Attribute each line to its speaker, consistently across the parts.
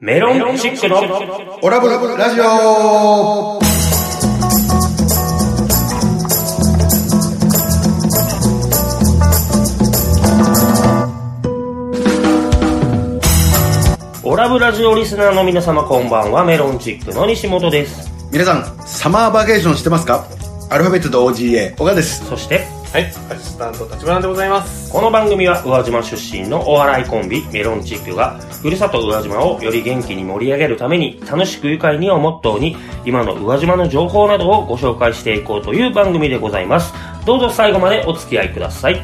Speaker 1: メロンチックの
Speaker 2: オラブラジオ
Speaker 1: オラブラジオリスナーの皆様こんばんはメロンチックの西本です
Speaker 2: 皆さん、サマーバケーションしてますかアルファベットと OGA、小川です。
Speaker 1: そして
Speaker 3: はい、アシスタント立花でございます。
Speaker 1: この番組は宇和島出身のお笑いコンビメロンチックがふるさと宇和島をより元気に盛り上げるために楽しく愉快にをモットーに今の宇和島の情報などをご紹介していこうという番組でございますどうぞ最後までお付き合いください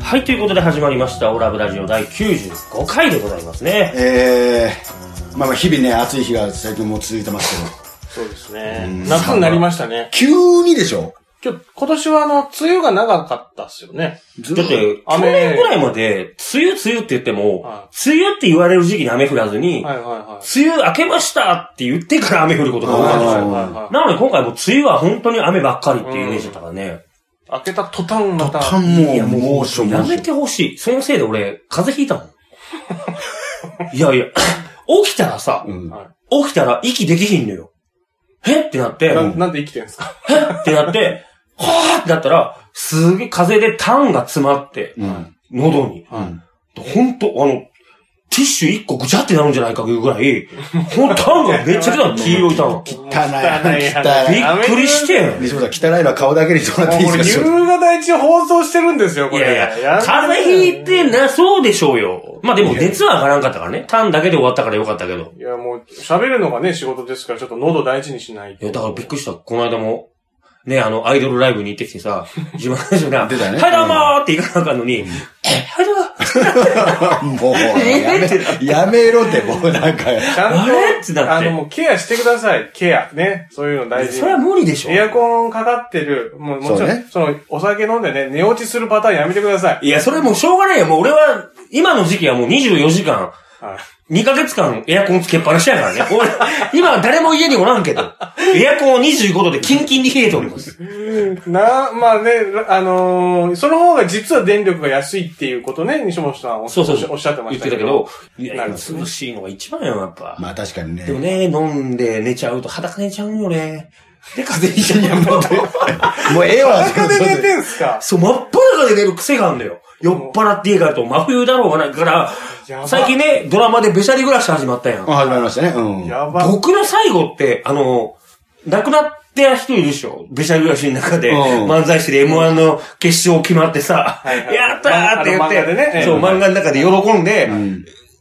Speaker 1: はいということで始まりましたオラブラジオ第95回でございますね
Speaker 2: えー、まあまあ日々ね、暑い日が最近も続いてますけど、
Speaker 3: そうですね。夏になりましたね。
Speaker 2: 急にでしょ
Speaker 3: 今日、今年はあの、梅雨が長かったっすよね。
Speaker 2: ず
Speaker 1: だって、去
Speaker 3: 雨
Speaker 1: 年ぐらいまで、梅雨、梅雨って言っても
Speaker 3: は、
Speaker 1: 梅雨って言われる時期に雨降らずに、
Speaker 3: はいはいは
Speaker 1: 梅雨明けましたって言ってから雨降ることが多かった
Speaker 3: い。
Speaker 1: で
Speaker 3: は
Speaker 1: す
Speaker 3: い
Speaker 1: よ。
Speaker 3: はいはい。
Speaker 1: なので今回もう梅雨は本当に雨ばっかりっていうイメージだったからね。
Speaker 3: 開けた途端また。
Speaker 2: か
Speaker 1: いや
Speaker 2: も
Speaker 1: も
Speaker 2: う
Speaker 1: う
Speaker 2: 猛暑、
Speaker 1: や
Speaker 2: 猛
Speaker 1: め
Speaker 2: 暑。
Speaker 1: てほしい。そのせいで俺、風邪ひいたも ん。いやいや、 起きたらさ
Speaker 2: う、ん
Speaker 3: は
Speaker 1: 起きたら息できひんのよ。えってなって、
Speaker 3: い。
Speaker 1: え
Speaker 3: な
Speaker 1: っ
Speaker 3: なんで生きてんすか
Speaker 1: てなって、はぁってなったら、すげえ風で痰が詰まって、
Speaker 2: うん
Speaker 1: 喉に。
Speaker 2: うん
Speaker 1: ほんと、あの、ティッシュ一個ぐちゃってなるんじゃないかいうぐらい、ほんと、タンがめっちゃくちゃ黄色いタン。
Speaker 2: 汚い、汚い
Speaker 1: び
Speaker 3: や
Speaker 1: っくりしてん。
Speaker 2: 西本さん、汚いのは顔だけにしてもらっていい
Speaker 3: もう
Speaker 2: ですか
Speaker 3: 夕方一放送してるんですよ、
Speaker 1: い
Speaker 3: これ。
Speaker 1: やいや、風邪ひいてなそうでしょうよ。まあでも熱は上がらんかったからね。タンだけで終わったからよかったけど。
Speaker 3: いや、もう、喋るのがね、仕事ですから、ちょっと喉大事にしない
Speaker 1: い
Speaker 3: と。
Speaker 1: や、だからびっくりした。この間も、ね、あの、アイドルライブに行ってきて さ、自慢の人が、
Speaker 2: 出たね
Speaker 1: はいどうもーって行かなあかんのに、え、はいどうも
Speaker 2: もう、やめ、やめろって、もうなんか、
Speaker 3: ちゃ
Speaker 1: あれっ
Speaker 3: ん
Speaker 1: てなって
Speaker 3: と、あの、もうケアしてください。ケア。ね。そういうの大事に。
Speaker 1: それは無理でしょ。
Speaker 3: エアコンかかってる、もうもち
Speaker 2: そう
Speaker 3: ろん、
Speaker 2: ね
Speaker 3: その、お酒飲んでね、寝落ちするパターンやめてください。
Speaker 1: いや、それもうしょうがないよ。もう俺は、今の時期はもう24時間、
Speaker 3: はい。
Speaker 1: 2ヶ月間エアコンつけっぱなしやからね。俺、今は誰も家におらんけど、エアコンを25度でキンキンに冷えております。
Speaker 3: な、まあね、あのーその方が実は電力が安いっていうことね、西本さんおっ
Speaker 1: そうそうそう
Speaker 3: おっしゃってま
Speaker 1: 言
Speaker 3: し
Speaker 1: ったて
Speaker 3: け
Speaker 1: たけ
Speaker 3: ど
Speaker 1: ど。、いや、
Speaker 3: なるほど
Speaker 1: 涼しいのが一番よ、やっぱ。
Speaker 2: まあ確かに
Speaker 1: でも
Speaker 2: ね。
Speaker 1: ね、飲んで寝ちゃうと裸寝ちゃうんよね。で、風邪ひいちゃうよ。
Speaker 2: もうええわ、
Speaker 3: 裸で寝てんすか
Speaker 1: そう、真っ裸で寝る癖があるんだよ。酔っ払って家帰ると真冬だろうがないから、
Speaker 3: やば
Speaker 1: 最近ね、ドラマでべしゃり暮らし始まったやん
Speaker 2: あ。始まりましたね。うん。
Speaker 3: やば。
Speaker 1: 僕の最後って、あの、亡くなって人いるでしょべしゃ暮らしの中で、
Speaker 2: うん
Speaker 1: 漫才師で M1 の決勝決まってさ、
Speaker 3: はいはい
Speaker 1: やったーって言
Speaker 3: まああの漫画で
Speaker 1: って、
Speaker 3: ね
Speaker 1: そう、漫画の中で喜んで、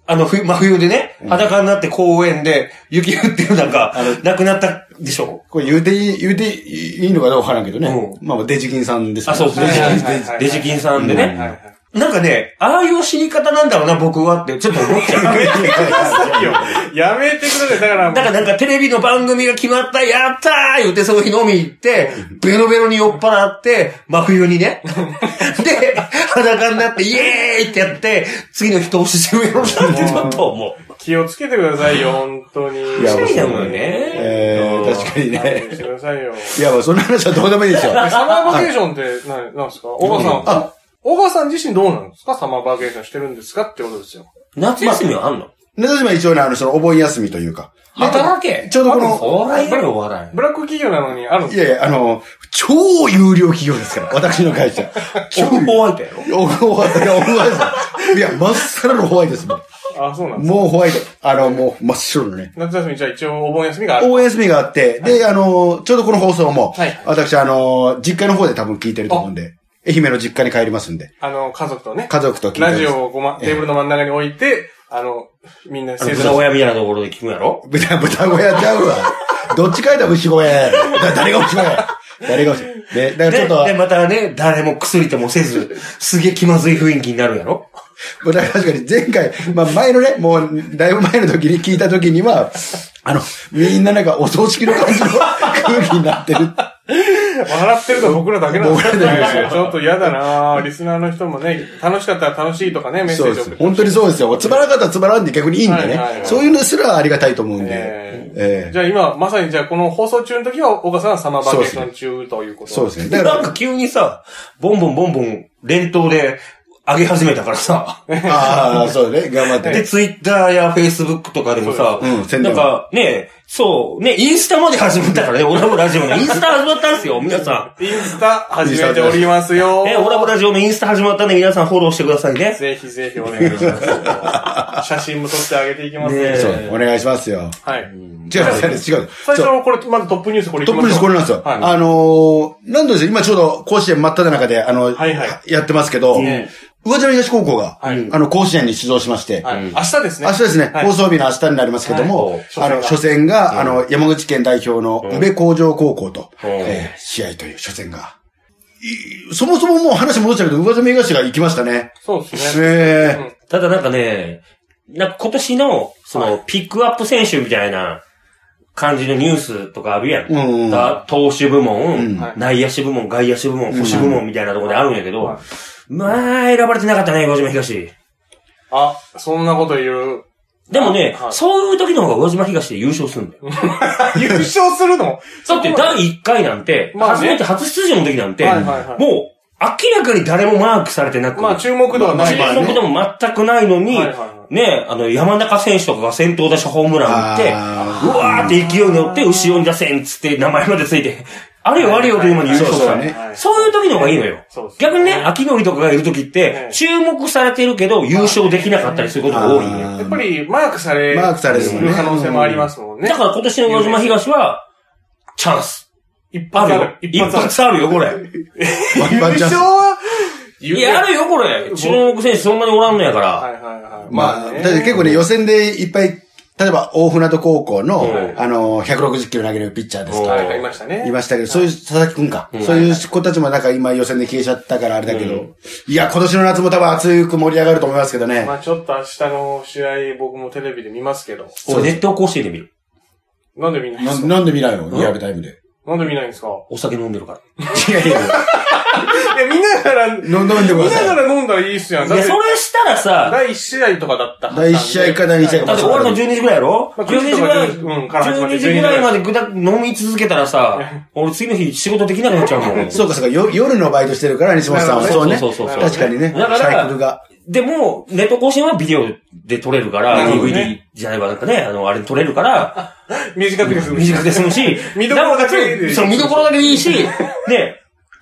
Speaker 1: あの、ふ真冬でね、裸になって公園で雪降ってる中、亡くなったでしょ
Speaker 2: これ言うていい、言うていいのかどうかわからんけどね。
Speaker 1: う
Speaker 2: まあ、デジキンさんです
Speaker 1: あ、そう、
Speaker 2: ね
Speaker 1: デジ
Speaker 3: はいはい
Speaker 1: キン
Speaker 3: は
Speaker 1: デ
Speaker 3: いはい
Speaker 1: ジ、デジキンさんで
Speaker 3: はいはいは
Speaker 1: ね。
Speaker 3: い
Speaker 1: なんかね、ああいう死に方なんだろうな、僕はって、ちょっと思っち ゃう。
Speaker 3: いいよやめてください。だから、
Speaker 1: だからなんかテレビの番組が決まった、やったー言ってその日飲み行って、ベロベロに酔っ払って、真冬にね。 で、裸になって、イエーイってやって、次の人を沈めようなんてちょっと思う。
Speaker 3: 気をつけてくださいよ、本当に。
Speaker 2: いや
Speaker 1: そう
Speaker 2: そう
Speaker 1: だ
Speaker 2: だ
Speaker 1: もんね。
Speaker 2: えー、確かにね。
Speaker 3: してくださいよ。
Speaker 2: いや、もうそんな話はどうでもいいですよ。
Speaker 3: サマーバケーションって何、なんですか小川さん。あ小川さん自身どうなんですかサマーバケーションしてるんですかってことですよ。
Speaker 1: 夏休みはあんの
Speaker 2: 夏島一応ね、あの、その、お盆休みというか。
Speaker 1: 働け
Speaker 2: ちょうどこの、
Speaker 1: お笑いやろ、お笑い。
Speaker 3: ブラック企業なのにあるん
Speaker 2: い
Speaker 3: です
Speaker 2: やいや、あの、超有料企業ですから、私の会社。超
Speaker 1: 超ホワイトやろ
Speaker 2: おホワイト、いやおホワイト。いや、真っさらのホワイトですもん。
Speaker 3: かあ、そうなんですか
Speaker 2: もうホワイト。あの、もう真っ白のね。
Speaker 3: 夏休みじゃあ一応お盆休みがある。
Speaker 2: 大休みがあって、で、あの、ちょうどこの放送も、
Speaker 3: はい
Speaker 2: 私、あの、実家の方で多分聞いてると思うんで、愛媛の実家に帰りますんで、
Speaker 3: あの、家族とね。
Speaker 2: 家族と聞いてます
Speaker 3: ラジオをごま、テーブルの真ん中に置いて、あの、みんなせず
Speaker 1: 豚親みたいなところで聞くんやろ
Speaker 2: 豚、豚小屋ちゃうわ。どっちかいたら牛小屋やねんだ誰が牛小屋や誰が牛小屋。で、だからちょ
Speaker 1: で、
Speaker 2: っと、
Speaker 1: でまたね、誰もくすりともせず、すげえ気まずい雰囲気になるやろ
Speaker 2: まあだから確かに前回、まあ前のね、もうだいぶ前の時に聞いた時には、あの、みんななんかお葬式の感じの空気になってる。
Speaker 3: 笑ってるの僕らだけなんですよ
Speaker 2: 僕らだけで
Speaker 3: ちょっと嫌だなぁリスナーの人もね、楽しかったら楽しいとかね、メッセ
Speaker 2: そ
Speaker 3: ー
Speaker 2: う
Speaker 3: ジ
Speaker 2: で
Speaker 3: 送
Speaker 2: す。
Speaker 3: って。
Speaker 2: 本当にそうですよ。つまらなかったらつまらんで逆にいいんでね
Speaker 3: はいはいは。い
Speaker 2: そういうのすらありがたいと思うんで。
Speaker 3: えー
Speaker 2: え
Speaker 3: じゃあ今、まさにじゃあこの放送中の時は、岡さんはサマーバケーション中というこ
Speaker 2: え
Speaker 3: と。
Speaker 2: そうですね。だか
Speaker 1: なん
Speaker 2: ら、
Speaker 1: か急にさ、ボンボンボンボン、連投で、
Speaker 4: 上げ始めたからさ。
Speaker 2: ああ、そうだね。頑張って
Speaker 4: で、
Speaker 2: ね。
Speaker 4: ツイッターやフェイスブックとかでもさ、
Speaker 2: うん宣伝
Speaker 4: なんかね、そう、ね、インスタまで始めたからね、オラブラジオのインスタ始まったんですよ、皆さ
Speaker 3: インスタ始めておりますよ
Speaker 4: ん。。ね、オラブラジオのインスタ始まったんで皆さんフォローしてくださいね。
Speaker 3: ぜひぜひお願いします。写真も撮ってあげていきます
Speaker 4: ね
Speaker 3: ね。
Speaker 4: え
Speaker 2: そう、お願いしますよ。
Speaker 3: はい。
Speaker 2: 違う、違う。
Speaker 3: 最初
Speaker 2: そう
Speaker 3: のこれ、まずトップニュースこれ
Speaker 2: トップニュースこれなんですよ。
Speaker 3: はい
Speaker 2: あのー、なんとですね、今ちょうど甲子園真っ只中で、あの、
Speaker 3: はいはい
Speaker 2: やってますけど、
Speaker 3: ね
Speaker 2: 宇和島東高校が、
Speaker 3: はい
Speaker 2: あの、甲子園に出場しまして、
Speaker 3: はい。明日ですね。
Speaker 2: 明日ですね、
Speaker 3: はい
Speaker 2: 放送日の明日になりますけども、
Speaker 3: はい
Speaker 2: あの、初
Speaker 3: 初
Speaker 2: 戦が、あの、山口県代表の宇部工場高校と、
Speaker 1: うん
Speaker 2: えー試合という初戦が。いそもそももう話戻っちゃうけど、上島東が行きましたね。
Speaker 3: そうですね。
Speaker 2: ええ
Speaker 1: ただなんかね、なんか今年の、その、ピックアップ選手みたいな感じのニュースとかあるやん。
Speaker 2: うん
Speaker 1: だ投手部門、
Speaker 2: うん
Speaker 3: はい
Speaker 1: 内野手部門、外野手部門、保守部門みたいなところであるんやけど、
Speaker 3: はい
Speaker 1: まあ、選ばれてなかったね、宇和島東。
Speaker 3: あ、そんなこと言う。
Speaker 1: でもね、
Speaker 3: はい
Speaker 1: そういう時の方が宇和島東で優勝するんだよ。
Speaker 3: 優勝するの
Speaker 1: だって第1回なんて、
Speaker 3: まあね
Speaker 1: 初めて初出場の時なんて、
Speaker 3: はいはいはい
Speaker 1: もう明らかに誰もマークされてなく、
Speaker 3: まあ注目度はない。
Speaker 2: まあ
Speaker 1: 注目
Speaker 2: ね
Speaker 1: でも全くないのに、
Speaker 3: はいはいは
Speaker 1: ね、あの、山中選手とかが先頭打者ホームラン打って、
Speaker 2: あ
Speaker 1: うわーって勢いに乗って、後ろに出せんっつって名前までついて、あれよあれよという間に優勝し
Speaker 2: そう
Speaker 1: た
Speaker 2: そうね
Speaker 3: はい
Speaker 1: そういう時の方がいいのよ
Speaker 3: そうです。ね
Speaker 1: 逆にね、秋典とかがいる時っ
Speaker 3: は
Speaker 1: て、
Speaker 3: い
Speaker 1: 注目されてるけど、優勝できなかったりすることが多いのよ。
Speaker 3: やっぱりマークされ
Speaker 2: マークされるもんね
Speaker 3: る可能性もありますもんね。
Speaker 1: だから今年の小島東は、チャンス。
Speaker 3: 一
Speaker 1: ある
Speaker 3: 発あ
Speaker 1: よ
Speaker 3: る。。
Speaker 1: 一
Speaker 3: 一発ある。
Speaker 1: 発あるよ、これ。
Speaker 2: ワン
Speaker 3: 優
Speaker 2: ワンチャン
Speaker 3: 勝
Speaker 2: ス
Speaker 3: は、
Speaker 1: いや、あるよ、これ。注目選手そんなにおらんのやから。
Speaker 3: はいはいはい。
Speaker 2: まあ、
Speaker 3: ね
Speaker 2: だって結構ね、予選でいっぱい、例えば大船渡高校の、
Speaker 1: うん
Speaker 2: あの、160キロ投げるピッチャーです
Speaker 1: うん
Speaker 2: か。
Speaker 3: 誰かいましたね。
Speaker 2: いましたけど、そういう佐々木くんか。そういう子たちもなんか今予選で消えちゃったからあれだけど。いや、今年の夏も多分熱く盛り上がると思いますけどね
Speaker 3: ま。あちょっと明日の試合僕もテレビで見ますけど。
Speaker 1: 俺、熱湯甲子園で見る。
Speaker 3: なんで見ないんで
Speaker 2: な
Speaker 3: すか
Speaker 2: なんで見ないのリアルタイムで。
Speaker 3: なんで見ないんですか
Speaker 1: お酒飲んでるから。
Speaker 2: いやいや、
Speaker 3: いや、見ながら、
Speaker 2: 飲んでくだ
Speaker 3: 見な
Speaker 2: さ
Speaker 3: が
Speaker 2: い。
Speaker 3: ら飲んだらいいっすやん。
Speaker 1: い
Speaker 3: だっ
Speaker 1: や、
Speaker 3: て
Speaker 1: そ、れしたらさ、
Speaker 3: 第1試合とかだったはずな
Speaker 2: 第
Speaker 3: んで
Speaker 2: 1試合か第2試合か。
Speaker 1: だって終わるの12時ぐらいやろ
Speaker 3: まあ
Speaker 1: ?12 時ぐらい、
Speaker 3: うんから始まって
Speaker 1: 12時ぐらいまでぐだ飲み続けたらさ、俺次の日仕事できなくなっちゃうもん。
Speaker 2: そうかそうか、よ夜のバイトしてるから、西本さんは。
Speaker 3: なる
Speaker 2: そ
Speaker 3: ほ
Speaker 2: うね。
Speaker 1: そうそうそう
Speaker 2: 確かにね。
Speaker 1: だから
Speaker 2: サイクルが。
Speaker 1: でも、ネット更新はビデオで撮れるから、
Speaker 3: なるほど
Speaker 1: DVD
Speaker 3: ね
Speaker 1: じゃないわ、なんかね、あの、あれで撮れるから、
Speaker 3: 短くです。、
Speaker 1: 短くて済むし
Speaker 3: 見どころだけでいい
Speaker 1: なおかつそう、見どころだけでいいし、ね、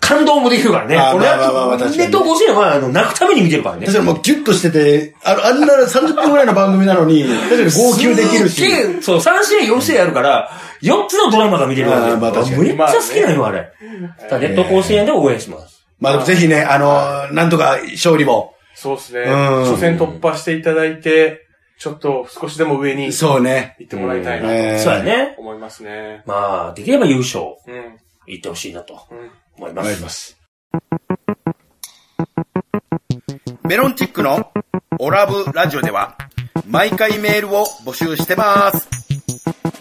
Speaker 1: 感動もできるからね。
Speaker 2: あ
Speaker 1: 俺
Speaker 2: まあまあまあ
Speaker 1: は
Speaker 2: 確、かに
Speaker 1: ネット更新は、あの、泣くために見てるからね
Speaker 2: 確。かにもうギュッとしてて、あのあんな30分ぐらいの番組なのに、確かに号泣できるし
Speaker 1: す。っげえそう、3試合4試合あるから、4つのドラマが見れるわけ
Speaker 2: あーまあ確かに
Speaker 1: めっちゃ好きなのよ、あれ。だからネット甲子園で応援します。
Speaker 2: まあでもぜひね、あの、なんとか勝利も。
Speaker 3: そうですね。
Speaker 2: ん
Speaker 3: 初戦突破していただいて、ちょっと少しでも上に行
Speaker 2: そうね。
Speaker 3: ってもらいたいな
Speaker 2: えー
Speaker 1: そうや。ね。
Speaker 3: と思いますね。
Speaker 1: まあ、できれば優勝、
Speaker 3: うん。
Speaker 1: いってほしいなと
Speaker 3: うん
Speaker 1: 思い
Speaker 2: お
Speaker 1: ま
Speaker 2: 願い
Speaker 1: す
Speaker 2: し。ます。メロンチックのオラブラジオでは、毎回メールを募集してます。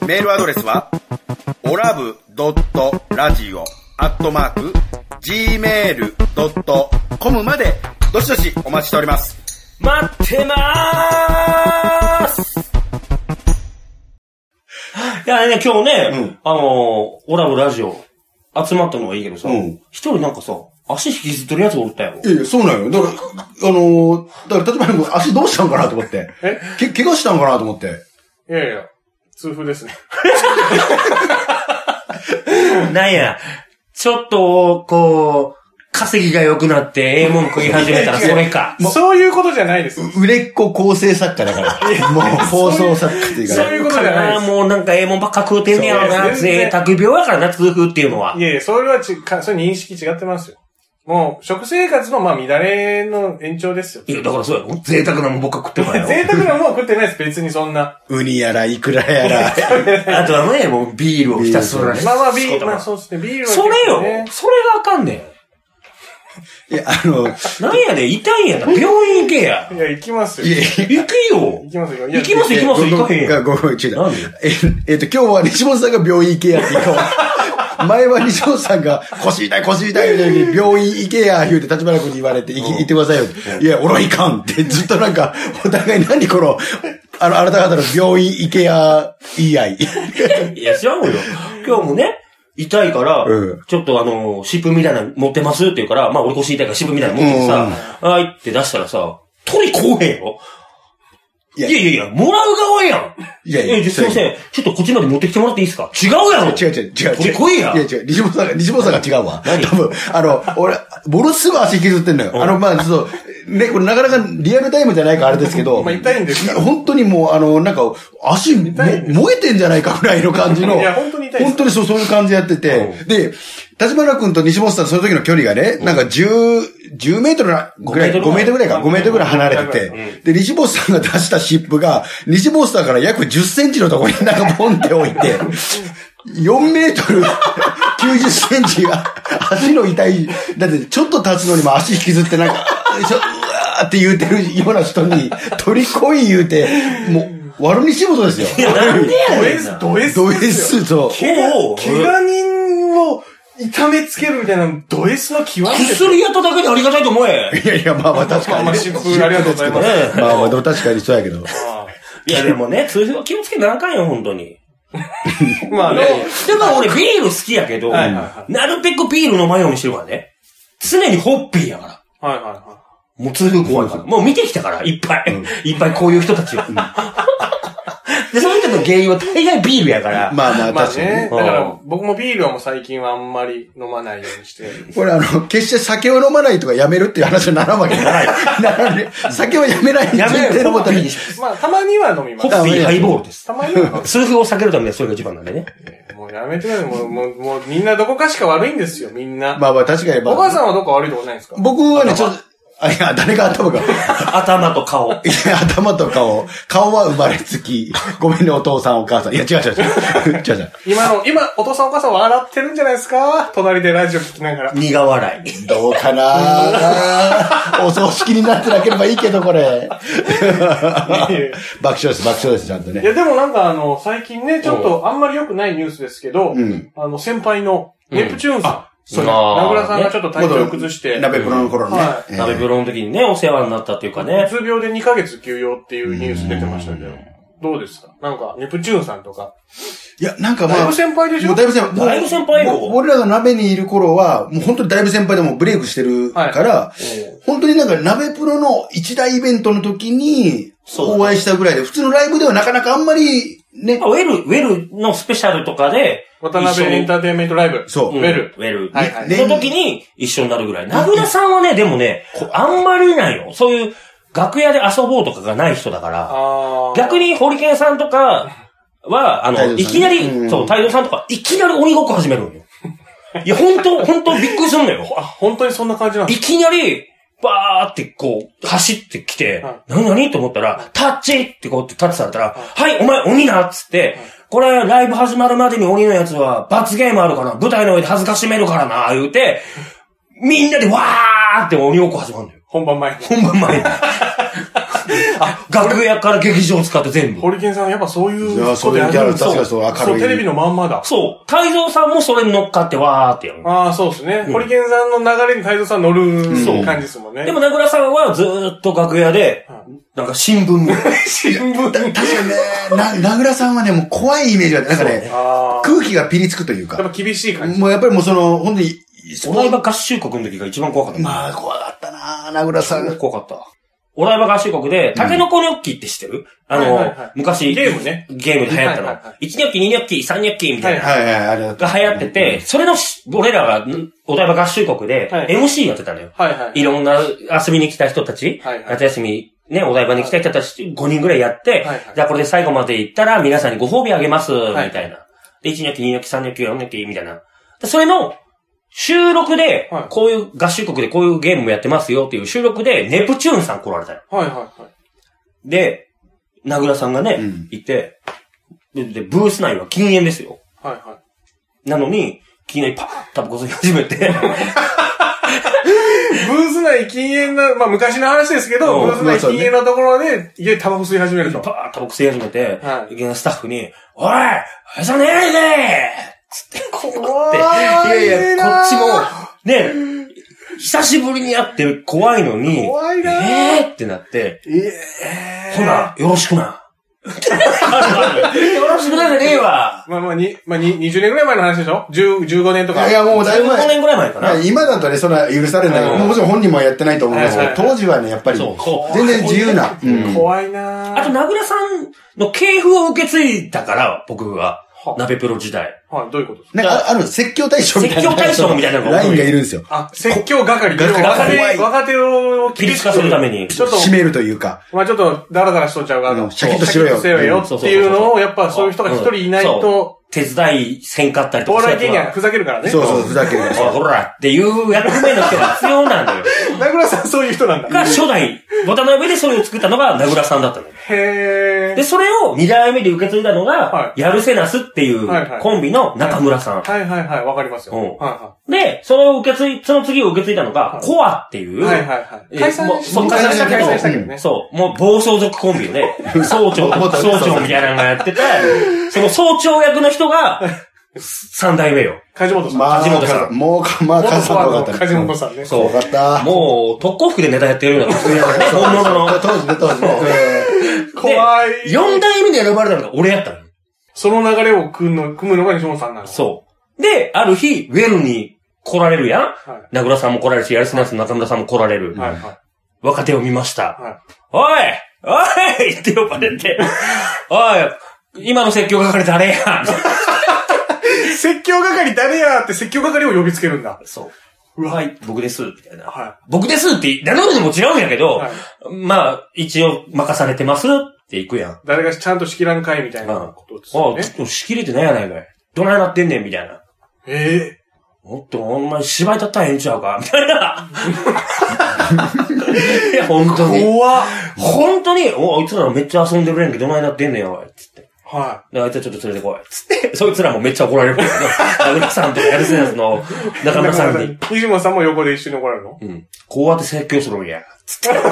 Speaker 2: メールアドレスは、オラブドットラジオアットマーク、gmail.com まで、どしどしお待ちしております。
Speaker 1: 待ってまーすいやね、今日ね、
Speaker 2: うん
Speaker 1: あのー、オラブラジオ、集まったのはいいけどさ、一、
Speaker 2: うん
Speaker 1: 人なんかさ、足引きずってるやつおったやろ。
Speaker 2: いやいや、そうなんよ。だから、あのーだから、例えば足どうしたんかなと思って。
Speaker 3: え
Speaker 2: け、怪我したんかなと思って。
Speaker 3: いやいや、痛風ですね。
Speaker 1: なんや、ちょっと、こう、稼ぎが良くなって、ええもん食い始めたらそれか。
Speaker 3: そういうことじゃないです。
Speaker 2: う売れっ子構成作家だ から。もう放送作家っていう
Speaker 3: そういうことじゃないです
Speaker 1: もうなんかええもんばっか食うてんねやろ
Speaker 3: そう
Speaker 1: な。
Speaker 3: です全
Speaker 1: 贅
Speaker 3: 然
Speaker 1: 沢病やからな、痛風っていうのは。
Speaker 3: いやいや、それはちか、それ認識違ってますよ。もう、食生活の、まあ、乱れの延長ですよ。
Speaker 1: いや、だからそうやろ。贅沢なもんばっか食ってるからよ。
Speaker 3: 贅沢なものは食ってないです、別にそんな。
Speaker 2: ウニやら、イクラや ら。
Speaker 1: あとはね、もうビールをひたすらね。
Speaker 3: まあまあ、ビ
Speaker 1: そ
Speaker 3: ー
Speaker 1: うだ
Speaker 3: ル、
Speaker 1: な
Speaker 3: まあそうですね、ビールは結
Speaker 1: そ
Speaker 3: 構
Speaker 1: れよ
Speaker 3: ね。
Speaker 1: それがあかんね
Speaker 2: いや、あ
Speaker 1: ん。な
Speaker 2: の、
Speaker 1: んやねん、痛いんやったら病院行けや。
Speaker 3: いや、行きますよ。
Speaker 2: いやい
Speaker 3: 行
Speaker 1: 行けよ。
Speaker 3: きますよ。いや
Speaker 1: 行きます行きます
Speaker 2: ご
Speaker 1: 行か
Speaker 2: め
Speaker 1: へ
Speaker 2: ん
Speaker 1: んやん。
Speaker 2: ごめん、違う
Speaker 1: なんで。
Speaker 2: え、えっと、今日は西本さんが病院行けやって言おう。 前は西本さんが腰痛い腰痛い言うてる時に病院行けや言うて立花君に言われて行き行ってくださいよって。いや、俺は行かんってずっとなんか、お互い何この、あ の、あなた方の病院行けや、言い合い。
Speaker 1: いや、知らんもんよ。今日もね、痛いから、
Speaker 2: うん
Speaker 1: ちょっとあの、湿布みたいなの持ってますって言うから、まあ俺腰痛いから湿布みたいなの持っててさ、はいって出したらさ、取りこうへんよ。
Speaker 2: い
Speaker 1: い
Speaker 2: や
Speaker 1: やいやいや、もらう側やん。
Speaker 2: いやいや
Speaker 1: えじゃあすいません、ちょっとこっちまで持ってきてもらっていいですか違うやろ
Speaker 2: 違う違う違う。
Speaker 1: 取りこいや
Speaker 2: いや違う。西本さんが、西本さんが違うわ。
Speaker 1: 何
Speaker 2: 多分、あの、俺、ものすごい足引きずってんのよ。あの、まあ、ちょっと、ね、これなかなかリアルタイムじゃないからあれですけど。
Speaker 3: まあ痛いんですから
Speaker 2: 本当にもう、あの、なんか、足、も
Speaker 3: 痛いんです
Speaker 2: 燃えてんじゃないかぐらいの感じの。
Speaker 3: いや本当に痛いです
Speaker 2: 本当にそう、そういう感じやってて。で、立花君と西本さん、その時の距離がね、なんか10、10メートルなぐらい、
Speaker 1: 5
Speaker 2: 5メートルぐらいか、5メートルぐらい離れて
Speaker 3: う
Speaker 2: て、で、西本さんが出した湿布が、西本さんから約10センチのところに なんかポンって置いて、4メートル90センチが足の痛い、だってちょっと立つのにも足引きずってなんか、ちょうわーって言うてるような人に、取りこい言うて、もう、悪に仕事ですよ。
Speaker 1: いや、なんでや
Speaker 3: ド
Speaker 1: ねん
Speaker 3: S
Speaker 1: な。、
Speaker 3: ド S。
Speaker 2: ド S と、
Speaker 3: 怪
Speaker 1: お
Speaker 3: 我
Speaker 1: う
Speaker 3: 怪我人を痛めつけるみたいなド S の極みですよ。
Speaker 1: 薬やっただけでありがたいと思え。
Speaker 2: いやいや、まあまあ確かに。
Speaker 3: まあまあシンプルありがとうございます
Speaker 2: まあまあ、でも確かにそうやけど。
Speaker 1: いや、でもね、通常は気をつけなあかんよ、本当に。
Speaker 3: まあ
Speaker 1: あの、
Speaker 3: ね
Speaker 1: だ。から俺ビール好きやけど、
Speaker 3: はいはいは
Speaker 1: なるべくビール飲まんようにしてるからね。常にホッピーやから。
Speaker 3: はいはいは
Speaker 1: もう通風怖いから。もう見てきたから、いっぱい。 いっぱいこういう人たちを。 で、その人の原因は大概ビールやから。
Speaker 2: まあまあ
Speaker 3: い。まあ
Speaker 2: 確かにね
Speaker 3: ね。。だから、僕もビールはもう最近はあんまり飲まないようにして。
Speaker 2: これあの、決して酒を飲まないとかやめるっていう話にならんわけじゃ ない。ならない酒をやめない
Speaker 1: やめ
Speaker 2: 前提のもとに。
Speaker 3: まあ、たまには飲みま
Speaker 1: ホ
Speaker 3: す。
Speaker 1: ッピーハイボールです。
Speaker 3: たまには飲みます。
Speaker 1: 通風を避けるためにはそれが一番なんでね。
Speaker 3: もうやめてください。もう、もう、もうみんなどこかしか悪いんですよ、みんな。
Speaker 2: まあまあ確かに、ま
Speaker 3: お母
Speaker 2: あ、
Speaker 3: さんはどこか悪いとこないんですか
Speaker 2: 僕はね、ちょっと、あ、いや、誰が頭か。
Speaker 1: 頭と顔。
Speaker 2: いや、頭と顔。顔は生まれつき。ごめんね、お父さん、お母さん。いや、違う違う違う。 違う違う。
Speaker 3: 今の、今、お父さんお母さん笑ってるんじゃないですか隣でラジオ聞きながら。
Speaker 1: 苦笑い。
Speaker 2: どうか なお葬式になってなければいいけど、これ。爆笑です、爆笑です、ちゃんと
Speaker 3: い
Speaker 2: ね。
Speaker 3: や、でもなんかあの、最近ね、ちょっとあんまり良くないニュースですけど、
Speaker 2: うん
Speaker 3: あの、先輩の、ネプチューンさん。
Speaker 1: うんあそう
Speaker 3: 名倉さんがちょっと体調を崩して、
Speaker 2: 鍋プロの頃のね
Speaker 3: は。
Speaker 2: えー
Speaker 1: 鍋風呂の時にね、お世話になったっていうか
Speaker 3: う
Speaker 1: ね。
Speaker 3: つ病で2ヶ月休養っていうニュース出てましたけど、どうですかなんか、ネプチューンさんとか。
Speaker 2: いや、なんかまあ。
Speaker 3: だいぶ先輩でし
Speaker 2: も
Speaker 3: ょ
Speaker 2: うだいぶ先輩。
Speaker 1: だいぶ先輩よ
Speaker 2: もう俺らが鍋にいる頃は、もう本当にだいぶ先輩でもうブレイクしてるから、本当になんか鍋プロの一大イベントの時に、
Speaker 1: そうだね
Speaker 2: お会いしたぐらいで、普通のライブではなかなかあんまり、ね
Speaker 1: ま、あウェル、ウェルのスペシャルとかで、
Speaker 3: 渡辺エンターテインメントライブ。
Speaker 2: そう
Speaker 3: ウェル。
Speaker 1: ウェル。
Speaker 3: はいはい
Speaker 2: ね
Speaker 1: その時に一緒になるぐらい。名倉さんはね、でもね、こうあんまりいないよ。そういう楽屋で遊ぼうとかがない人だから。
Speaker 3: あー
Speaker 1: 逆にホリケンさんとかは、あの、
Speaker 2: 太蔵さんね
Speaker 1: いきな
Speaker 2: うん
Speaker 1: り、そう、太蔵さんとか、いきなり鬼ごっこ始めるのよ。いや、本当本当びっくりすんのよ。
Speaker 3: あ、本当にそんな感じなんです
Speaker 1: いきなり、バーってこう、走ってきて
Speaker 3: は、
Speaker 1: 何何と思ったら、タッチってこうやってタッチされたら、はい、お前鬼なっつって、これ、ライブ始まるまでに鬼のやつは、罰ゲームあるから、舞台の上で恥ずかしめるからな、言うて、みんなでわーって鬼ごっこ始まるんだよ。
Speaker 3: 本番前に。
Speaker 1: 本番前に。 あ、楽屋から劇場使って全部。
Speaker 3: ホリケンさんはやっぱそうい
Speaker 2: いうや
Speaker 3: こ
Speaker 2: そう
Speaker 3: と
Speaker 2: いう
Speaker 3: や
Speaker 2: キャ
Speaker 3: る
Speaker 2: ラ
Speaker 3: んです
Speaker 2: 確かにそう明るい
Speaker 3: そう、テレビのまんまだ。
Speaker 1: そう。太蔵さんもそれに乗っかってわーってやる。
Speaker 3: ああ、そうですね。ホリケンさんの流れに太蔵さん乗る感じですもんね。
Speaker 1: でも、名倉さんはずーっと楽屋で、なんか新聞見る。
Speaker 3: 新聞
Speaker 2: 確かにね、な、名倉さんはね、もう怖いイメージがあって、なんかね、
Speaker 3: ああ。
Speaker 2: 空気がピリつくという
Speaker 3: やっ
Speaker 2: か、
Speaker 3: ぱ厳しい感じ。
Speaker 2: もうやっぱりもうその、本当に、
Speaker 1: お台場合衆国の時が一番怖かった。
Speaker 2: まあ、怖かったな名倉さんが。
Speaker 1: 怖かった。お台場合衆国で、タケノコニョッキって知ってるあ
Speaker 3: はいはいはい
Speaker 1: の、昔。
Speaker 3: ゲームね
Speaker 1: ゲームで流行った
Speaker 3: はいはいは
Speaker 1: の。1ニョッキ、2ニョッキ、3ニョッキみたい
Speaker 3: は
Speaker 1: な。
Speaker 2: はいはい、あれだった。
Speaker 1: が流行ってて、それのし、俺らが、んお台場合衆国で、
Speaker 3: はい
Speaker 1: MC やってたのよ。
Speaker 3: はいはい。
Speaker 1: いろんな遊びに来た人たち、
Speaker 3: はいはい
Speaker 1: 夏休み、ね、お台場に来た人たち5人ぐらいやって、
Speaker 3: はいはい
Speaker 1: じゃあこれで最後まで行ったら皆さんにご褒美あげます、
Speaker 3: い
Speaker 1: みたいな。で、1ニョキ、2ニョキ、3ニョキ、4ニョキ、みたいな。でそれの、収録で
Speaker 3: はい、
Speaker 1: こういう合衆国でこういうゲームもやってますよっていう収録で、ネプチューンさん来られたよ。
Speaker 3: はいはいは
Speaker 1: で、名倉さんがね、
Speaker 2: うん
Speaker 1: いてで、で、ブース内は禁煙ですよ。
Speaker 3: い。はいは
Speaker 1: なのに、いきなりパーッタバコ吸い始めて、
Speaker 3: い。ブース内禁煙な、まあ昔の話ですけど、
Speaker 1: うん
Speaker 3: ブース内禁煙なところで、家でタバコ吸い始めると。
Speaker 1: パーッタバコ吸い始めて、、
Speaker 3: はい
Speaker 1: きなりスタッフに、おいはしゃねえでつって、こうって、い
Speaker 3: 怖いな
Speaker 1: やいや、こっちも、ね、久しぶりに会って怖いのに、
Speaker 3: 怖いな
Speaker 1: えーってなって、
Speaker 3: ええ
Speaker 1: ほな、よろしくな。よろしくなんかねえわ。
Speaker 3: まあまあ、に、まあ、に、20年ぐらい前の話でしょ ?10、15年と
Speaker 2: い
Speaker 3: か。
Speaker 2: やいや、もうだいぶ
Speaker 1: 15
Speaker 2: 前。
Speaker 1: 年ぐらい前か
Speaker 2: まあ
Speaker 1: な。
Speaker 2: 今だとね、それは許されない。もちろん本人もやってないと思うんですけ
Speaker 3: は
Speaker 2: ど、
Speaker 3: いはい
Speaker 2: 当時はね、やっぱり、
Speaker 1: そうこう
Speaker 2: 全然自由な。うん
Speaker 3: 怖いな
Speaker 1: あと、
Speaker 3: ぁ。
Speaker 1: 名倉さんの系譜を受け継いだから、僕は
Speaker 3: は。
Speaker 1: 鍋プロ時代。
Speaker 3: はい、どういうことですか
Speaker 2: なんか、あある、説教対象みたいな。
Speaker 1: 説教対象みたいなのが
Speaker 2: ラインがいるんですよ。
Speaker 3: あ、説教係。でも
Speaker 2: 係
Speaker 3: 若
Speaker 2: 怖
Speaker 3: 手、
Speaker 2: い
Speaker 3: 若手を
Speaker 1: 切りつかせるために。
Speaker 3: ちょっと、
Speaker 2: 締めるというか。
Speaker 3: まあちょっと、ダラダラしとっちゃうから
Speaker 2: うんシャキッとしろよ
Speaker 3: シャキッとせよよっていうのを、やっぱそういう人が一人いないと、
Speaker 1: うん、手伝いせんかったり
Speaker 3: お
Speaker 1: とか。
Speaker 3: 笑い芸人はふざけるからね。
Speaker 2: そうそう、ふざける
Speaker 1: おいほらっていう役目の人が必要なんだよ。
Speaker 3: 名倉さんそういう人なん
Speaker 1: が
Speaker 3: だ。
Speaker 1: 初代、ボタンの上でそれを作ったのが名倉さんだったのよ。
Speaker 3: へ
Speaker 1: で、
Speaker 3: ー。
Speaker 1: それを二代目で受け継いだの
Speaker 3: は
Speaker 1: が、
Speaker 3: い
Speaker 1: やるせなすっていう
Speaker 3: はいはい
Speaker 1: コンビの中村さん。
Speaker 3: はいはいはい、わかりますよ。
Speaker 1: うん
Speaker 3: は
Speaker 1: で、それを受け継い、その次を受け継いだのが、
Speaker 3: はい
Speaker 1: コアってい、
Speaker 3: いうはい。はいはいはい。解散
Speaker 1: もう
Speaker 3: し
Speaker 1: そう
Speaker 2: 解散したけど
Speaker 3: 解散したけどね。
Speaker 1: そう、もう暴走族コンビよね。総長、
Speaker 2: 元
Speaker 1: 総長みたいなのがやってて、その総長役の人が、三代目よ。
Speaker 3: 梶本さん。
Speaker 2: まあ、
Speaker 1: 梶本さん
Speaker 2: もうか、まあ、
Speaker 3: 元
Speaker 2: カズ
Speaker 3: フ
Speaker 2: さ
Speaker 3: ォ
Speaker 2: ん
Speaker 3: ワ
Speaker 2: がか
Speaker 3: ード
Speaker 2: っ
Speaker 3: の
Speaker 2: た
Speaker 3: 梶
Speaker 2: ね。
Speaker 3: 本さんね。
Speaker 1: そう
Speaker 2: 怖かった。
Speaker 1: もう、特攻服でネタやってるような。
Speaker 2: いやいや
Speaker 1: 本物の。
Speaker 2: 当時ね、当時ね。
Speaker 3: 怖い。
Speaker 1: 四代目に選ばれたのが俺やったのよ。
Speaker 3: その流れを組むの組むのが西本さんなの。
Speaker 1: そう。で、ある日、ウェルに来られるやん
Speaker 3: う。はい。
Speaker 1: 名倉さんも来られるし、やるせなすの中村さんも来られる。
Speaker 3: はいはい。
Speaker 1: 若手を見ました。
Speaker 3: はい
Speaker 1: おいおいって呼ばれ て、おい今の説教係誰や
Speaker 3: 説教係誰やって説教係を呼びつけるんだ。
Speaker 1: そう。はい、僕です、みたいな。
Speaker 3: は
Speaker 1: 僕ですって、名乗るのも違うんやけど、
Speaker 3: はい
Speaker 1: まあ、一応任されてますって行くやん。
Speaker 3: い。誰がちゃんと仕切らんかいみたいなことです
Speaker 1: あ
Speaker 3: よ
Speaker 1: あ、ちょっ。
Speaker 3: ね
Speaker 1: と仕切れてないやないかい。どないなってんねん、みたいな。
Speaker 3: え
Speaker 1: もっと、お前芝居立ったらええんちゃうか みたいな。いや、本当
Speaker 3: え
Speaker 1: に。
Speaker 3: 怖っ
Speaker 1: 本当に、お、あいつらめっちゃ遊んでくれんけど、どないなってんねん、おい。つって。
Speaker 3: は
Speaker 1: で、あいつはちょっと連れてこい。つって、 そいつらもめっちゃ怒られる からな。名倉さんとかやるせなやつ の
Speaker 3: い。
Speaker 1: 中村さんに。
Speaker 3: 西本さんも横で一緒に怒られるの
Speaker 1: うん。こうやって説教するんや。つ って。めっ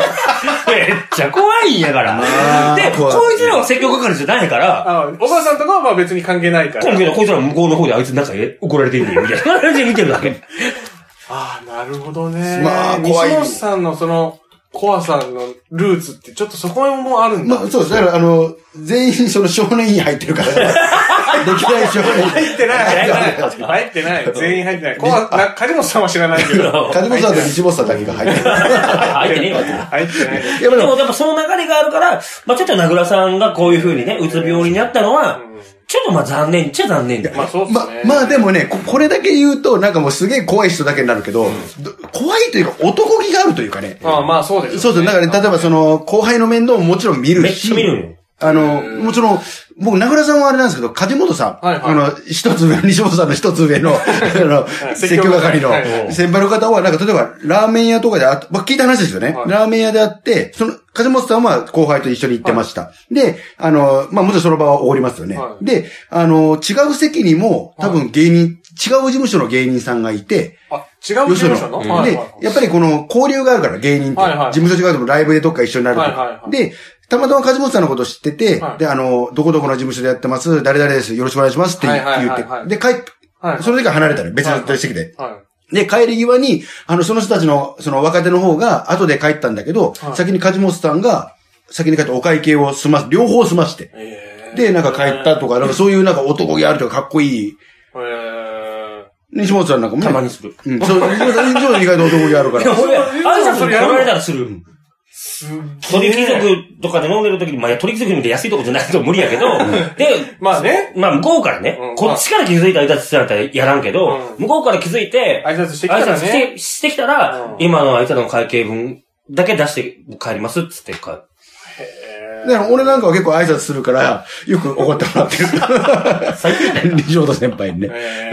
Speaker 1: ちゃ怖いんやから。
Speaker 2: まあ
Speaker 1: で、
Speaker 2: 怖い
Speaker 1: こいつらは説教係じゃないから、
Speaker 3: ああ、おばさんとかはまあ別に関係ないから。
Speaker 1: 今度こいつら向こうの方であいつなんかえ怒られてんねん、みたいな 感じで見てるだけ。
Speaker 3: ああ、なるほどね。
Speaker 2: まあ怖い
Speaker 3: 西本さんのその、怖さのルーツってちょっとそこもあるんだ。
Speaker 2: まあ、そうです。だから、あの、全員、その少年院入ってるから。できない少年
Speaker 3: 入
Speaker 2: 院。
Speaker 3: ってない、入ってない。入ってない。全員入ってない。怖な、梶本さんは知らないけど。
Speaker 2: 梶本さんと西本さんだけが入ってる。
Speaker 1: 入ってねえわ。
Speaker 3: 入ってない。
Speaker 2: いや、ま
Speaker 1: で
Speaker 2: あ
Speaker 1: もやっぱその流れがあるから、まあちょっと名倉さんがこういう風にね、うつ病になったのは、ちょっとまあ残念っちゃ残念だよ
Speaker 3: まあそうっす
Speaker 2: ま
Speaker 3: ね。
Speaker 2: まあでもねこ、これだけ言うと、なんかもうすげえ怖い人だけになるけど、ど怖いというか男気があるというかね。
Speaker 3: ああまあそうです、
Speaker 2: そうそう、だからね、例えばその、後輩の面倒ももちろん見る
Speaker 1: めっ
Speaker 2: し、
Speaker 1: ちゃ見るよ。
Speaker 2: あの、もちろん、僕、名倉さんはあれなんですけど、梶本さん、
Speaker 3: はいはい
Speaker 2: あの、 一つ上、西本さんの一つ上の、あの、説教係の
Speaker 3: はいは、
Speaker 2: 先輩の方は、なんか、例えば、ラーメン屋とかであっ、まあ、聞いた話ですよね、
Speaker 3: はい
Speaker 2: ラーメン屋であって、その、梶本さんは後輩と一緒に行ってました。で、あの、まあ、もちろんその場はおごりますよね、
Speaker 3: はい
Speaker 2: で、あの、違う席にも、多分芸人、違う事務所の芸人さんがいて、
Speaker 3: あ、違う事務所
Speaker 2: よ
Speaker 3: の
Speaker 2: そ
Speaker 3: はい
Speaker 2: で
Speaker 3: はい、
Speaker 2: やっぱりこの交流があるから、芸人って。
Speaker 3: はいはい
Speaker 2: 事務所違うでもライブでどっか一緒になるとか。
Speaker 3: はいはいはい
Speaker 2: で、たまたま梶本さんのこと知ってて、
Speaker 3: はい
Speaker 2: で、あの、どこどこの事務所でやってます、誰々です、よろしくお願いしますって言って、
Speaker 3: はいはいはいはい
Speaker 2: で、帰って、
Speaker 3: はい
Speaker 2: その時は離れたの、別の席で。
Speaker 3: は
Speaker 2: で、帰り際に、あの、その人たちの、その若手の方が、後で帰ったんだけど、
Speaker 3: はい
Speaker 2: 先に梶本さんが、先に帰ってお会計を済ます、両方済まして
Speaker 3: い。。え
Speaker 2: で、なんか帰ったとか、なんかそういうなんか男気あるとかかっこいい。
Speaker 3: ー、え
Speaker 2: 西本さんなんかもね
Speaker 1: たまにする。
Speaker 2: うん、そう、西本さん西本さん意外と男気あるか
Speaker 1: い や、
Speaker 2: ら。
Speaker 1: 俺、挨拶
Speaker 3: そ
Speaker 1: に
Speaker 3: れやる
Speaker 1: 来
Speaker 3: の
Speaker 1: られたらする。
Speaker 3: すっげ
Speaker 1: 鳥
Speaker 3: え。
Speaker 1: 貴族とかで飲んでる時に、まあ鳥貴族みたいな安いとこじゃないと無理やけど、で、
Speaker 3: まあね、
Speaker 1: まあ向こうからね
Speaker 3: うん、
Speaker 1: こっちから気づいた挨拶してたらやらんけど
Speaker 3: う、ん
Speaker 1: 向こうから気づいて、
Speaker 3: 挨拶してきた
Speaker 1: 挨
Speaker 3: ら
Speaker 1: 拶し
Speaker 3: ね。
Speaker 1: てしてきたら
Speaker 3: うん、
Speaker 1: 今のあいつらの会計分だけ出して帰りますっつって帰る。
Speaker 3: え
Speaker 2: だから俺なんかは結構挨拶するから、よく怒ってもらって
Speaker 1: 最近
Speaker 2: る。西本先輩にね。
Speaker 3: ーえ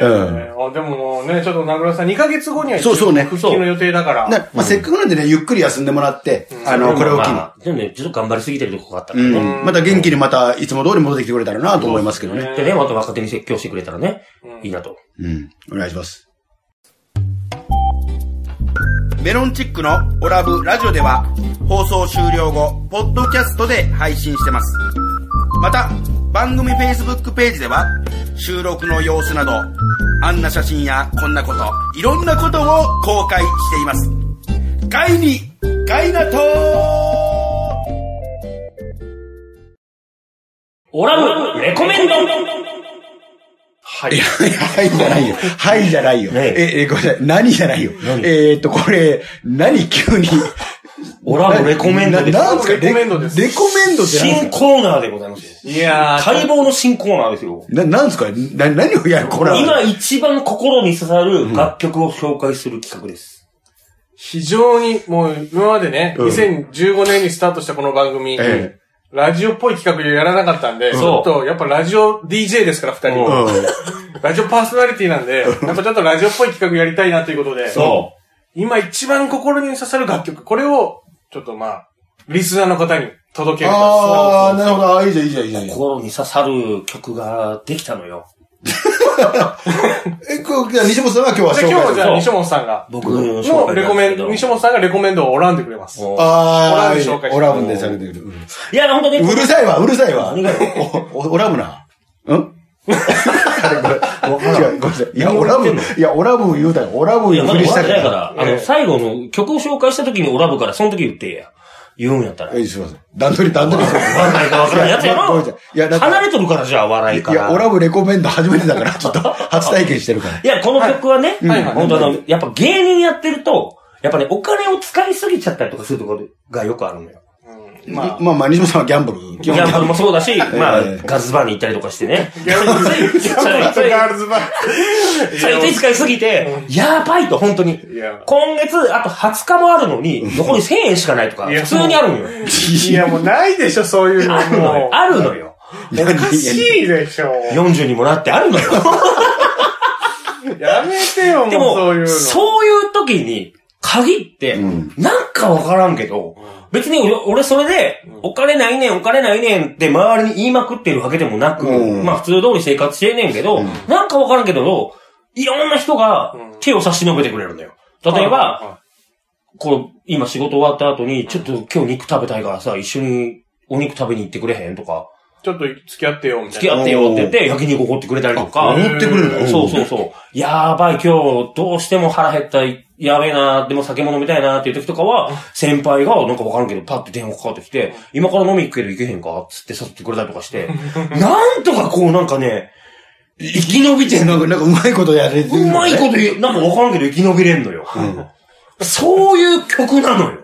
Speaker 3: ーあでもね、ちょっと名倉さん、2ヶ月後には
Speaker 2: そうそうね
Speaker 3: 復帰の予定だから。
Speaker 2: なまあ、せっかくなんでね、ゆっくり休んでもらって、あの、これを機に。
Speaker 1: まあでもね、ちょっと頑張りすぎてるとこがあったか
Speaker 2: う
Speaker 1: らね。
Speaker 2: ん。また元気にまた、いつも通り戻ってきてくれたらなと思いますけどね。
Speaker 1: でね、また若手に説教してくれたらね、いいなと。
Speaker 2: うん。お願いします。メロンチックのオラブラジオでは、放送終了後、ポッドキャストで配信してます。また、番組 Facebook ページでは、収録の様子など、あんな写真やこんなこと、いろんなことを公開しています。ガイに、ガイナトー
Speaker 1: オラブ、レコメンド
Speaker 3: はい
Speaker 2: いや、はいじゃないよ。はいじゃないよ。
Speaker 1: ね
Speaker 2: え、え、ごめんなさい。何じゃないよ。
Speaker 1: 何
Speaker 2: えーっと、これ、何急に。
Speaker 1: オラブ、レコメンドで
Speaker 2: な
Speaker 1: す。
Speaker 2: なんすか
Speaker 3: レコメンドです
Speaker 2: レレコメンドって
Speaker 1: 新
Speaker 2: 何
Speaker 1: コーナーでございますよ。
Speaker 3: いやー、
Speaker 1: 待望の新コーナーですよ。
Speaker 2: な、なんすかな、何をやるこれは。
Speaker 1: 今一番心に刺さる楽曲を紹介する企画です。
Speaker 3: 非常に、もう今までね、
Speaker 2: うん
Speaker 3: 2015年にスタートしたこの番組、
Speaker 2: え
Speaker 3: ラジオっぽい企画やらなかったんで、ちょ
Speaker 1: そ
Speaker 3: っ
Speaker 1: う
Speaker 3: と、やっぱラジオ DJ ですから、二人
Speaker 2: う
Speaker 3: は。
Speaker 2: ん。
Speaker 3: ラジオパーソナリティなんで、やっぱちょっとラジオっぽい企画やりたいなということで、
Speaker 1: そ
Speaker 3: 今一番心に刺さる楽曲、これを、ちょっとまあ、リスナーの方に届けると。
Speaker 2: あー、なるほど。あ、いいじゃん、いいじゃん、いいじゃん
Speaker 1: う。
Speaker 2: いいじゃん。
Speaker 1: 心に刺さる曲ができたのよ。
Speaker 2: え、こう、じゃあ西本さんは今日は紹
Speaker 3: じゃあ
Speaker 2: 介
Speaker 3: 今日は
Speaker 2: す
Speaker 3: じ
Speaker 2: る。
Speaker 3: ゃあ西本さんが、
Speaker 1: 僕の紹
Speaker 3: の
Speaker 1: 介
Speaker 3: レ
Speaker 1: な
Speaker 3: コ
Speaker 1: んです
Speaker 3: メ
Speaker 1: け
Speaker 3: ン
Speaker 1: ど
Speaker 3: 西本さんがレコメンドをオランでくれます。
Speaker 1: お
Speaker 2: あ
Speaker 3: オラブ紹
Speaker 2: ー、
Speaker 3: 介して
Speaker 2: オラブでされてくる。うん
Speaker 1: いや、本当に。
Speaker 2: うるさいわ、うるさいわ。
Speaker 1: 何がよ
Speaker 2: おおオラブな。ん あれこれ違う、ごめんなさい。い や、
Speaker 1: 何
Speaker 2: オ
Speaker 1: を
Speaker 2: ラ
Speaker 1: 言って
Speaker 2: ブ、
Speaker 1: んの
Speaker 2: いや、オラブ言うたら、オラブ
Speaker 1: いや、 ま
Speaker 2: ふ
Speaker 1: だ
Speaker 2: り
Speaker 1: 終
Speaker 2: し
Speaker 1: わったてな
Speaker 2: か。
Speaker 1: いからら、あの、最後の曲を紹介した時にオラブから、その時言ってや。言うんやったら。
Speaker 2: え、すいません。段取り、段取り。
Speaker 1: 笑いか分から んやつや
Speaker 2: いや
Speaker 1: ろ
Speaker 2: ごめんなさいいやだって
Speaker 1: 離れとるからじゃあ、笑いか
Speaker 2: い
Speaker 1: ら。
Speaker 2: や、オラブレコメンド初めてだから、ちょっと、初体験してるから。
Speaker 1: いや、この曲はね、
Speaker 3: はいはい
Speaker 1: 本当あの、やっぱ芸人やってると、やっぱね、お金を使いすぎちゃったりとかするところがよくあるのよ。
Speaker 3: うん
Speaker 2: ま
Speaker 3: ま
Speaker 2: あ、まあ、西本さんはギャンブル。
Speaker 1: ギャンブルもそうだし、まあ
Speaker 2: ええ、
Speaker 1: ガズバーに行ったりとかしてね。
Speaker 3: あ、ギ ャンブル
Speaker 1: ついついつい
Speaker 2: ールズバー。
Speaker 1: ついつい使いすぎて、やばいと、本当に。
Speaker 3: いや
Speaker 1: 今月、あと20日もあるのに、残り1000円しかないとか、
Speaker 3: いや
Speaker 1: 普通にあるのよ。
Speaker 3: いや、もうないでしょ、そういうの。
Speaker 1: あるの
Speaker 3: も
Speaker 1: よ。 あるのよ。
Speaker 3: う、おかしいでしょ。
Speaker 1: 40にもなってあるのよ。
Speaker 3: やめて よ、
Speaker 1: で
Speaker 3: もうそういう
Speaker 1: も、
Speaker 3: の。
Speaker 1: そういう時に、限って、なんかわからんけど、別にお俺それで、お金ないねん、お金ないねんって周りに言いまくってるわけでもなく、
Speaker 2: うん
Speaker 1: まあ普通通り生活してんねんけど、なんかわからんけど、いろんな人が
Speaker 3: うん
Speaker 1: 手を差し伸べてくれるんだよ。例えば、
Speaker 3: は
Speaker 1: これ、今仕事終わった後に、ちょっと今日肉食べたいからさ、一緒にお肉食べに行ってくれへんとか、
Speaker 3: い、ちょっと付き合ってよ、みたいな。
Speaker 1: 付き合ってよって言って焼肉おごってくれたりとか、
Speaker 2: 思ってくれるの
Speaker 1: そうそうそう。やばい、今日、どうしても腹減った、やべえな、でも酒も飲みたいな、っていう時とかは、先輩が、なんかわからんけど、パッて電話かかってきて、今から飲み行くけど行けへんかつって誘ってくれたりとかして、なんとかこう、なんかね、生き延びてんの。
Speaker 2: なんか、なんか、うまいことやれてる
Speaker 1: う
Speaker 2: のね
Speaker 1: まいこと言う、なんかわからんけど生き延びれんのよ。
Speaker 2: うん
Speaker 1: そういう曲なのよ。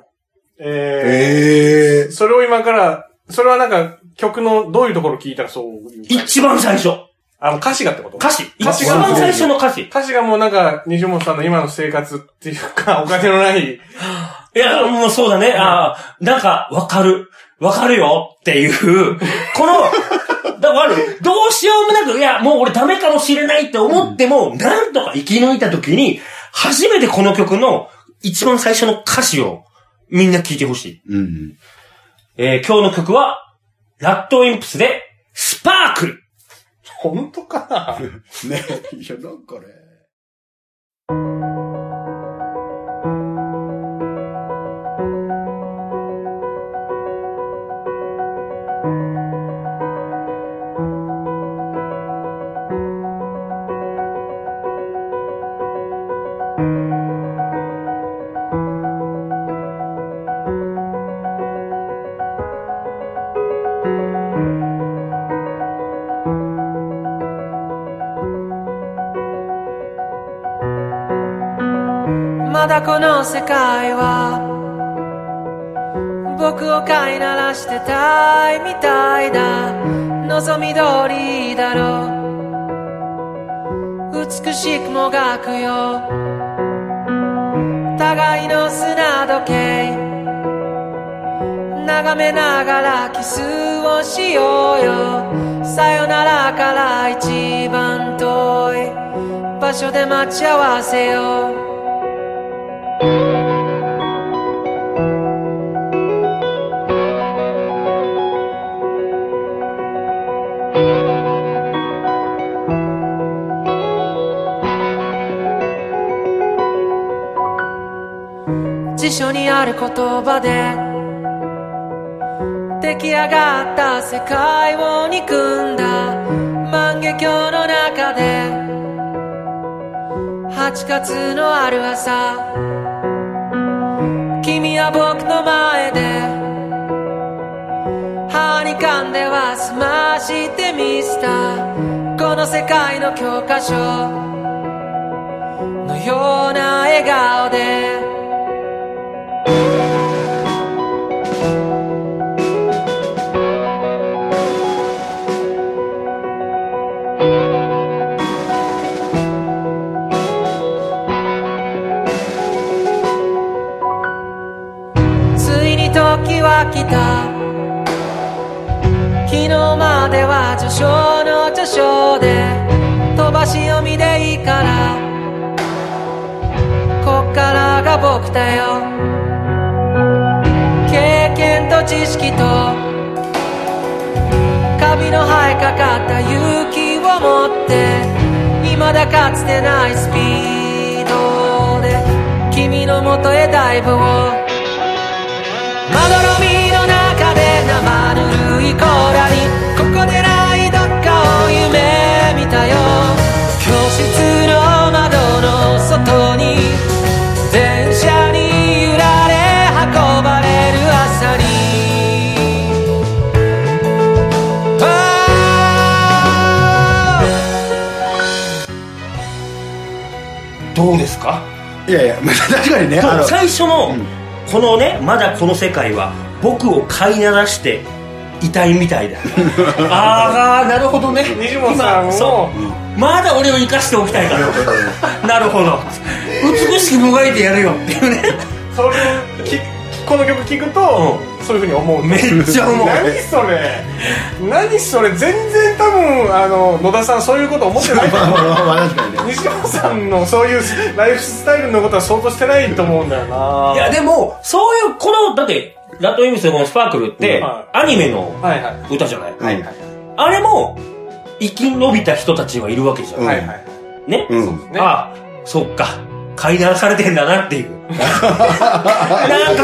Speaker 3: え
Speaker 2: え
Speaker 3: ー、それを今から、それはなんか、曲のどういうところ聞いたらそういう感じ
Speaker 1: 一番最初。
Speaker 3: あの、歌詞がってこと
Speaker 1: 歌詞。一
Speaker 3: 歌詞が
Speaker 1: 番最初の歌詞。
Speaker 3: 歌詞がもうなんか、西本さんの今の生活っていうか、 お金のない、
Speaker 1: いや、もうそうだね。ああ、なんか、わかる。わかるよっていう、この、だから、どうしようもなく、いや、もう俺ダメかもしれないって思っても、なんとか生き抜いた時に、初めてこの曲の一番最初の歌詞をみんな聴いてほしい。
Speaker 2: え。うん。
Speaker 1: えー今日の曲は、ラットインプスで、スパークル
Speaker 3: 本当かな
Speaker 2: ねいや、なんかね。
Speaker 5: まだこの世界は僕を飼いならしてたいみたいだ望み通りだろう美しくもがくよ互いの砂時計眺めながらキスをしようよさよならから一番遠い場所で待ち合わせよう辞書にある言葉で出来上がった世界を憎んだ万華鏡の中で8月のある朝君は僕の前で歯に噛んでは済ましてみせたこの世界の教科書のような笑顔でついに時は来た昨日までは序章の序章で飛ばし読みでいいからこっからが僕だよ経験と知識とカビの生えかかった勇気を持って未だかつてないスピードで君のもとへダイブをまどろみの中で生ぬるいコーラにここでないどっかを夢見たよ教室の窓の外に電車に揺られ運ばれる朝にああ
Speaker 1: どうですか
Speaker 2: いやいや、まあ確かにね、あの、
Speaker 1: 最初の、このね、まだこの世界は、僕を飼いならして、いたいみたい だ。ああ、なるほどね。
Speaker 3: 西本さん
Speaker 1: 今
Speaker 3: を
Speaker 1: そ、う。まだ俺を生かしておきたいから。なるほど。美しくもがいてやるよっていうね。
Speaker 3: それをきこの曲聴くと、そういうふうに思う
Speaker 1: めっちゃ思う。
Speaker 3: 何それ何それ全然多分あの野田さんそういうこと思ってないと
Speaker 2: まあ
Speaker 3: 思
Speaker 2: ま
Speaker 3: う
Speaker 2: あまあまあ確かにね。
Speaker 3: 西本さんのそういうライフスタイルのことは想像してないと思うんだよない
Speaker 1: や、でも、そういう、この、だって、ラッドウィングスのこのスパークルって、
Speaker 3: は
Speaker 1: アニメの
Speaker 3: はいはい
Speaker 1: 歌じゃない。
Speaker 2: はいはい。
Speaker 1: あれも、生き延びた人たちはいるわけじゃん。
Speaker 2: うん
Speaker 3: はいはい
Speaker 1: ね、
Speaker 2: うん。
Speaker 3: ね
Speaker 1: ああ、そっか。階段されてんだなって いう。なんか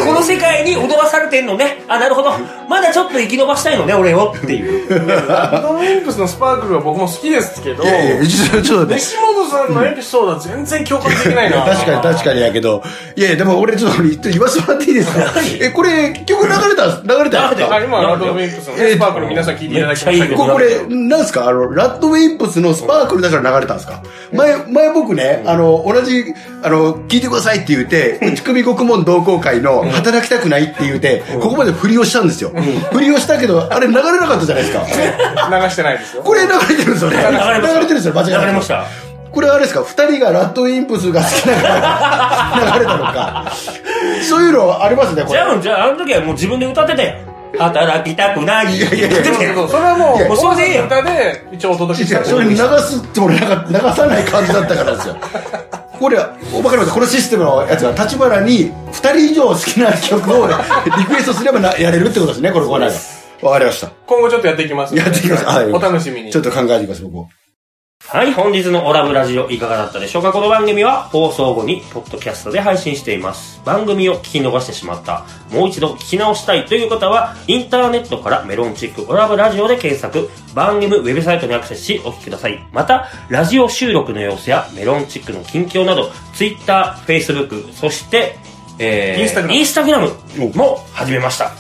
Speaker 1: この世界に踊らされてんのね。あ、なるほど。まだちょっと生き延ばしたいのね、俺をっていう。
Speaker 3: ラッドウィンプスのスパークルは僕も好きですけど
Speaker 2: いやいや、ちょちょっとね。
Speaker 3: 西本さんのエピソードは全然共感できないな
Speaker 2: 確かに確かにやけど。いやいや、でも俺ちょっと言わせてもらっていいですか
Speaker 1: 何
Speaker 2: え、これ、曲流れた、流れたんです
Speaker 3: あ
Speaker 2: か
Speaker 3: 今ラッドウィンプスのねスパークル皆さん聞いていただきましたけ
Speaker 1: めっちゃいい
Speaker 3: ど
Speaker 2: こ
Speaker 1: よ
Speaker 2: これ、なんですかあの、ラッドウィンプスのスパークルだから流れたんですか前、前僕ね、あの、同じ、あの、聞いてくださいって言って、打ち首獄門同好会の働きたくないって言って、ここまで振りをしたんですよ。振りをしたけど、あれ流れなかったじゃないです か。
Speaker 3: 流してないですよ
Speaker 2: これ流れてるんですよね。流れてるんですよ、間違い
Speaker 1: 流
Speaker 2: なく
Speaker 1: れました。
Speaker 2: これはあれですか二人がラッドインプスが好きだから流れたのかそういうのありますねこ
Speaker 1: じ
Speaker 2: れ
Speaker 1: ゃあ、じゃあ、あの時はもう自分で歌ってたやん。働きたくない。いやいや
Speaker 3: そうそうそうそれはも
Speaker 2: いや
Speaker 3: うもう
Speaker 1: そ
Speaker 3: そ
Speaker 1: れでいいよ
Speaker 3: の歌で一応お届けした
Speaker 2: それ流すって俺なんか流さない感じだったからですよこれはおばかりましたこのシステムのやつは立花に二人以上好きな曲をリクエストすればなやれるってことですねこれこれわかりました
Speaker 3: 今後ちょっとやっていきますので
Speaker 2: やっていきますはい
Speaker 3: お楽しみに
Speaker 2: ちょっと考えていきます僕も
Speaker 1: はい、本日のオラブラジオいかがだったでしょうかこの番組は放送後にポッドキャストで配信しています。番組を聞き逃してしまった、もう一度聞き直したいという方は、インターネットからメロンチックオラブラジオで検索、番組ウェブサイトにアクセスしお聞きください。また、ラジオ収録の様子やメロンチックの近況など、Twitter、Facebook、そして、えー、
Speaker 3: Instagram
Speaker 1: インスタグラムも始めました。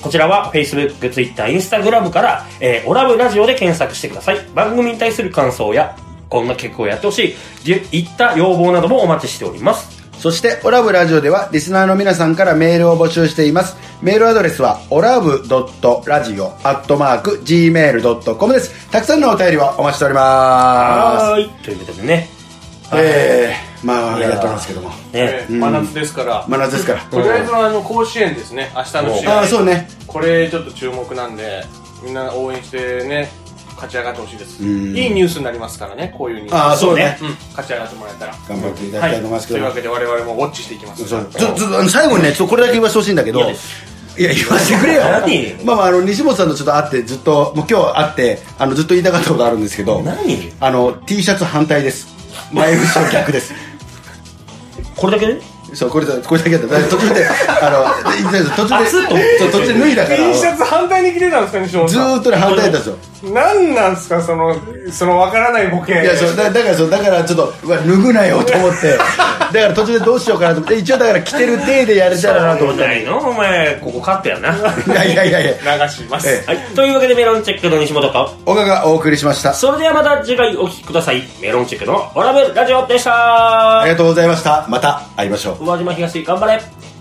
Speaker 1: こちらは Facebook、Twitter、Instagram から、えーオラブラジオで検索してください。番組に対する感想や、こんな曲をやってほしい、じ言った要望などもお待ちしております。
Speaker 2: そして、オラブラジオでは、リスナーの皆さんからメールを募集しています。メールアドレスは、オラブドットラジオアットマーク Gmail.com です。たくさんのお便りをお待ちしておりま
Speaker 1: はーい。ということでね。
Speaker 2: す。えー、まあ、
Speaker 1: いやー
Speaker 2: やってますけども。
Speaker 1: ね
Speaker 3: えー真夏ですから
Speaker 2: 真夏ですから。
Speaker 3: とりあえずあの甲子園ですね明日の試
Speaker 2: あ
Speaker 3: 合
Speaker 2: あ、そうね。
Speaker 3: これちょっと注目なんでみんな応援してね勝ち上がってほしいです
Speaker 2: ん
Speaker 3: いいニュースになりますからねこういうニュ
Speaker 2: あ
Speaker 3: ー
Speaker 2: あ、
Speaker 3: ス
Speaker 2: そうね。
Speaker 3: うん勝ち上がってもらえたら
Speaker 2: 頑張っていただきたいと思いますけ
Speaker 3: とい
Speaker 2: ど
Speaker 3: う
Speaker 2: も
Speaker 3: わ。けで我々もウォッチしていきます
Speaker 2: そうちょちょっとあの最後にね、ちょっとこれだけ言わせてほしいんだけど、い
Speaker 1: 嫌
Speaker 2: や
Speaker 1: で、
Speaker 2: 言わせてくれよ
Speaker 1: 何、
Speaker 2: まあまあ、あの西本さんとちょっと会って、ずっと、もう今日会って、あのずっと言いたかったことあるんですけど、
Speaker 1: 何
Speaker 2: あの T シャツ反対です、前後ろ逆です、
Speaker 1: これだけね
Speaker 2: そう、これだ、これだけだった。だから途中で、あの、いいんですよ途中で、
Speaker 1: 熱っと
Speaker 2: そう途中で脱いだから、
Speaker 3: T シャ
Speaker 2: ず
Speaker 3: ツ反対に着てたんですか、西本さ
Speaker 2: ーっとね、反対だったんですよ。
Speaker 3: ん。なんなんですか、その、そのわからないボケ。
Speaker 2: いやそうだだからそうだからちょっとうわ脱ぐなよと思ってだから途中でどうしようかなと思って一応だから着てる体でやれたらなと思って
Speaker 1: ないのお前、ここカットやな。はい
Speaker 2: やいやいやいや
Speaker 3: 流します。
Speaker 2: え
Speaker 1: い。というわけでメロンチェックの西本と、
Speaker 2: 岡がお送りしました
Speaker 1: それではまた次回お聞きください。メロンチェックのオラブラジオでした
Speaker 2: ありがとうございましたまた会いましょう
Speaker 1: 宇和島東頑張れ